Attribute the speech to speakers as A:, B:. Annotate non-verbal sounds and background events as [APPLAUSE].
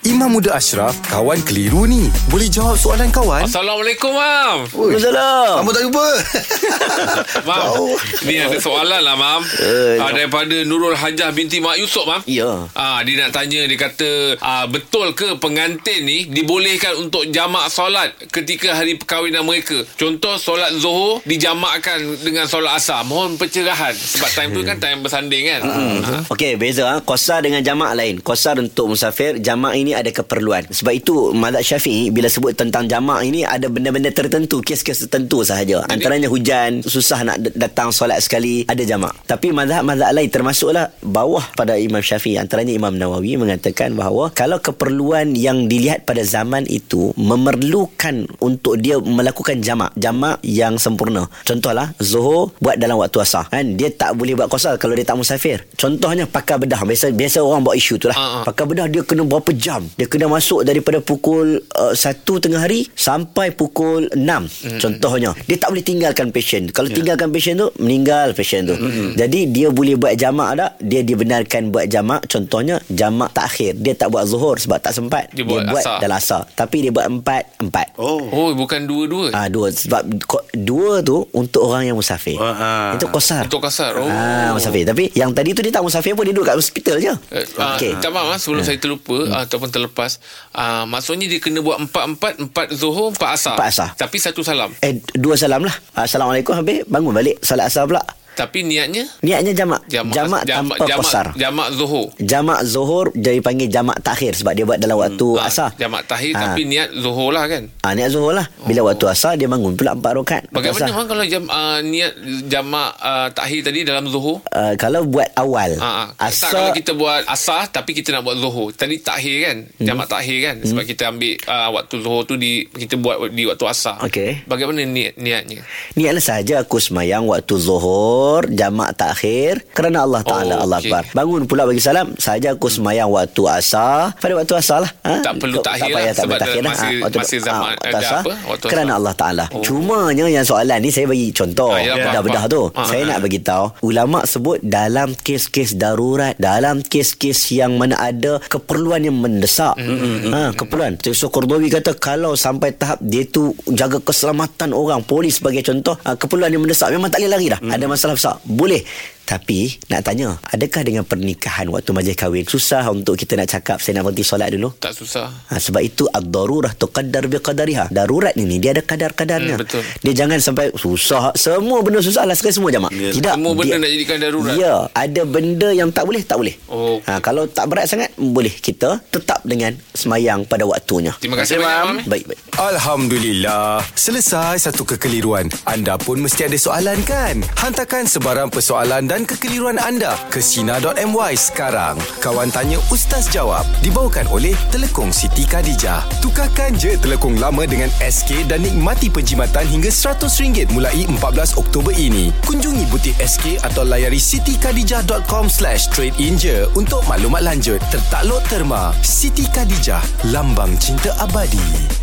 A: Imam Muda Ashraf, kawan keliru ni. Boleh jawab soalan kawan?
B: Assalamualaikum, Mam.
C: Waalaikumsalam
A: Lama tak jumpa. [LAUGHS]
B: Mam,
A: Jauh.
B: ni ada soalan lah, Mam.
C: Eh,
B: Ah, daripada Nurul Hajah binti Mak Yusof, Mam.
C: Ya
B: Ah, dia nak tanya, dia kata, ah, betul ke pengantin ni dibolehkan untuk jamak solat ketika hari perkahwinan mereka? Contoh, solat Zohor dijamakkan dengan solat Asar. Mohon pencerahan. Sebab time tu kan
C: Eh.
B: time bersanding kan? Ah.
C: Okey, beza ha? Kosar dengan jamak lain. Kosar untuk musafir, jamak ini ada keperluan. Sebab itu mazhab Syafi'i bila sebut tentang jamak ini ada benda-benda tertentu, kes-kes tertentu sahaja. Antaranya hujan, susah nak d- datang solat sekali, ada jamak. Tapi mazhab-mazhab lain termasuklah bawah pada Imam Syafi'i. Antaranya Imam Nawawi mengatakan bahawa kalau keperluan yang dilihat pada zaman itu memerlukan untuk dia melakukan jamak, jamak yang sempurna. Contohlah Zuhur buat dalam waktu asar. Kan dia tak boleh buat kosar kalau dia tak musafir. Contohnya pakar bedah. Biasa biasa orang buat isu tu lah.
B: Ah, ah.
C: Pakar bedah dia kena berapa jam? Dia kena masuk daripada pukul uh, 1 tengah hari sampai pukul 6. Contohnya, dia tak boleh tinggalkan patient. Kalau
B: Ya.
C: tinggalkan patient tu, meninggal patient tu. Jadi dia boleh buat jamak tak? Dia dibenarkan buat jamak. Contohnya jamak takhir. Dia tak buat zuhur sebab tak sempat.
B: Dia buat
C: buat
B: asar.
C: dalam asar. Tapi dia buat empat empat.
A: Oh.
B: Oh, bukan dua-dua.
C: Ah dua sebab ko- dua tu untuk orang yang musafir.
A: Ah, ah.
C: Itu kosar.
B: Untuk kasar. Oh.
C: Ah musafir. Tapi yang tadi tu dia tak musafir pun dia duduk kat hospital je.
B: Eh, ah,
C: Okey. Hmm.
B: Tak faham ah, sebelum saya terlupa ah, ataupun terlepas. Ah, maksudnya dia kena buat empat-empat, empat zuhur, empat asar.
C: Empat asar.
B: Tapi satu salam.
C: Eh dua salam lah. Assalamualaikum habis bangun balik solat asar pula.
B: Tapi niatnya
C: Niatnya jamak. Jamak,
B: jamak
C: jamak tanpa
B: jamak,
C: kosar.
B: Jamak zuhur.
C: Jamak zuhur jadi panggil jamak takhir sebab dia buat dalam waktu
B: Ah,
C: asar.
B: Jamak tahir
C: Ah.
B: tapi niat zuhur lah kan.
C: Ah, niat zuhur lah. Bila waktu asar dia bangun pula empat rakaat.
B: Bagaimana
C: Asar.
B: man kalau jam, ah, niat jamak ah, tahir tadi dalam zuhur?
C: Uh, kalau buat awal
B: Ha, ha. Tak, kalau
C: asar
B: kita buat asar tapi kita nak buat zuhur. Tadi takhir kan?
C: Hmm.
B: Jamak takhir kan? Sebab kita ambil uh, waktu zuhur tu di kita buat di waktu asar.
C: Okey.
B: Bagaimana niat niatnya?
C: Niatlah sahaja aku semayang waktu zuhur, jamak takhir kerana Allah Ta'ala
B: Oh,
C: Allah
B: okey.
C: Akbar. Bangun pula bagi salam, sahaja aku semayang waktu asar, pada waktu asar lah. Ha?
B: Tak perlu takhir
C: tak payah,
B: lah,
C: tak
B: sebab
C: payah takhir lah.
B: masih-
C: waktu-
B: masih zaman
C: waktu
B: ada
C: asar,
B: apa, waktu
C: kerana
B: asar.
C: Allah Ta'ala.
B: Oh.
C: Oh. Cumanya yang soalan ni saya bagi contoh.
B: Ah, ya, faham,
C: Bedah-bedah
B: faham.
C: tu.
B: Ah,
C: saya
B: ah,
C: nak
B: ah.
C: bagi tahu, ulama sebut dalam kes-kes darurat, dalam kes-kes yang mana ada keperluan yang mendesak.
B: Hmm,
C: ha, keperluan. So Cordovi kata kalau sampai tahap dia tu jaga keselamatan orang, polis sebagai contoh, ha, keperluan yang mendesak memang tak boleh lari
B: Hmm.
C: dah. Ada masalah besar. Boleh. Tapi nak tanya, adakah dengan pernikahan waktu majlis kahwin susah untuk kita nak cakap saya nak berhenti solat dulu?
B: Tak susah.
C: Ha, sebab itu ad-darurah tuqaddar biqadariha. Darurat ni, ni dia ada kadar-kadarnya.
B: Hmm, betul.
C: Dia jangan sampai susah. Semua benda susah lah sekali semua jamak.
A: Ya.
C: Tidak.
B: Semua benda
C: dia,
B: nak jadikan darurat.
C: Ya, ada benda yang tak boleh, tak boleh.
B: Oh,
C: Ha, kalau tak berat sangat, boleh kita tetap dengan semayang pada waktunya.
B: Terima kasih banyak, Mam. eh.
C: Baik, baik.
A: Alhamdulillah. Selesai satu kekeliruan. Anda pun mesti ada soalan kan? Hantarkan sebarang persoalan dan kekeliruan anda ke Sina.my sekarang. Kawan Tanya Ustaz Jawab dibawakan oleh Telekong Siti Khadijah. Tukarkan je telekong lama dengan SK dan nikmati penjimatan hingga RM100 mulai 14 Oktober ini. Kunjungi butik SK atau layari sitikadijah.com slash trade-in je untuk maklumat lanjut. Tertakluk terma. Siti Khadijah, lambang cinta abadi.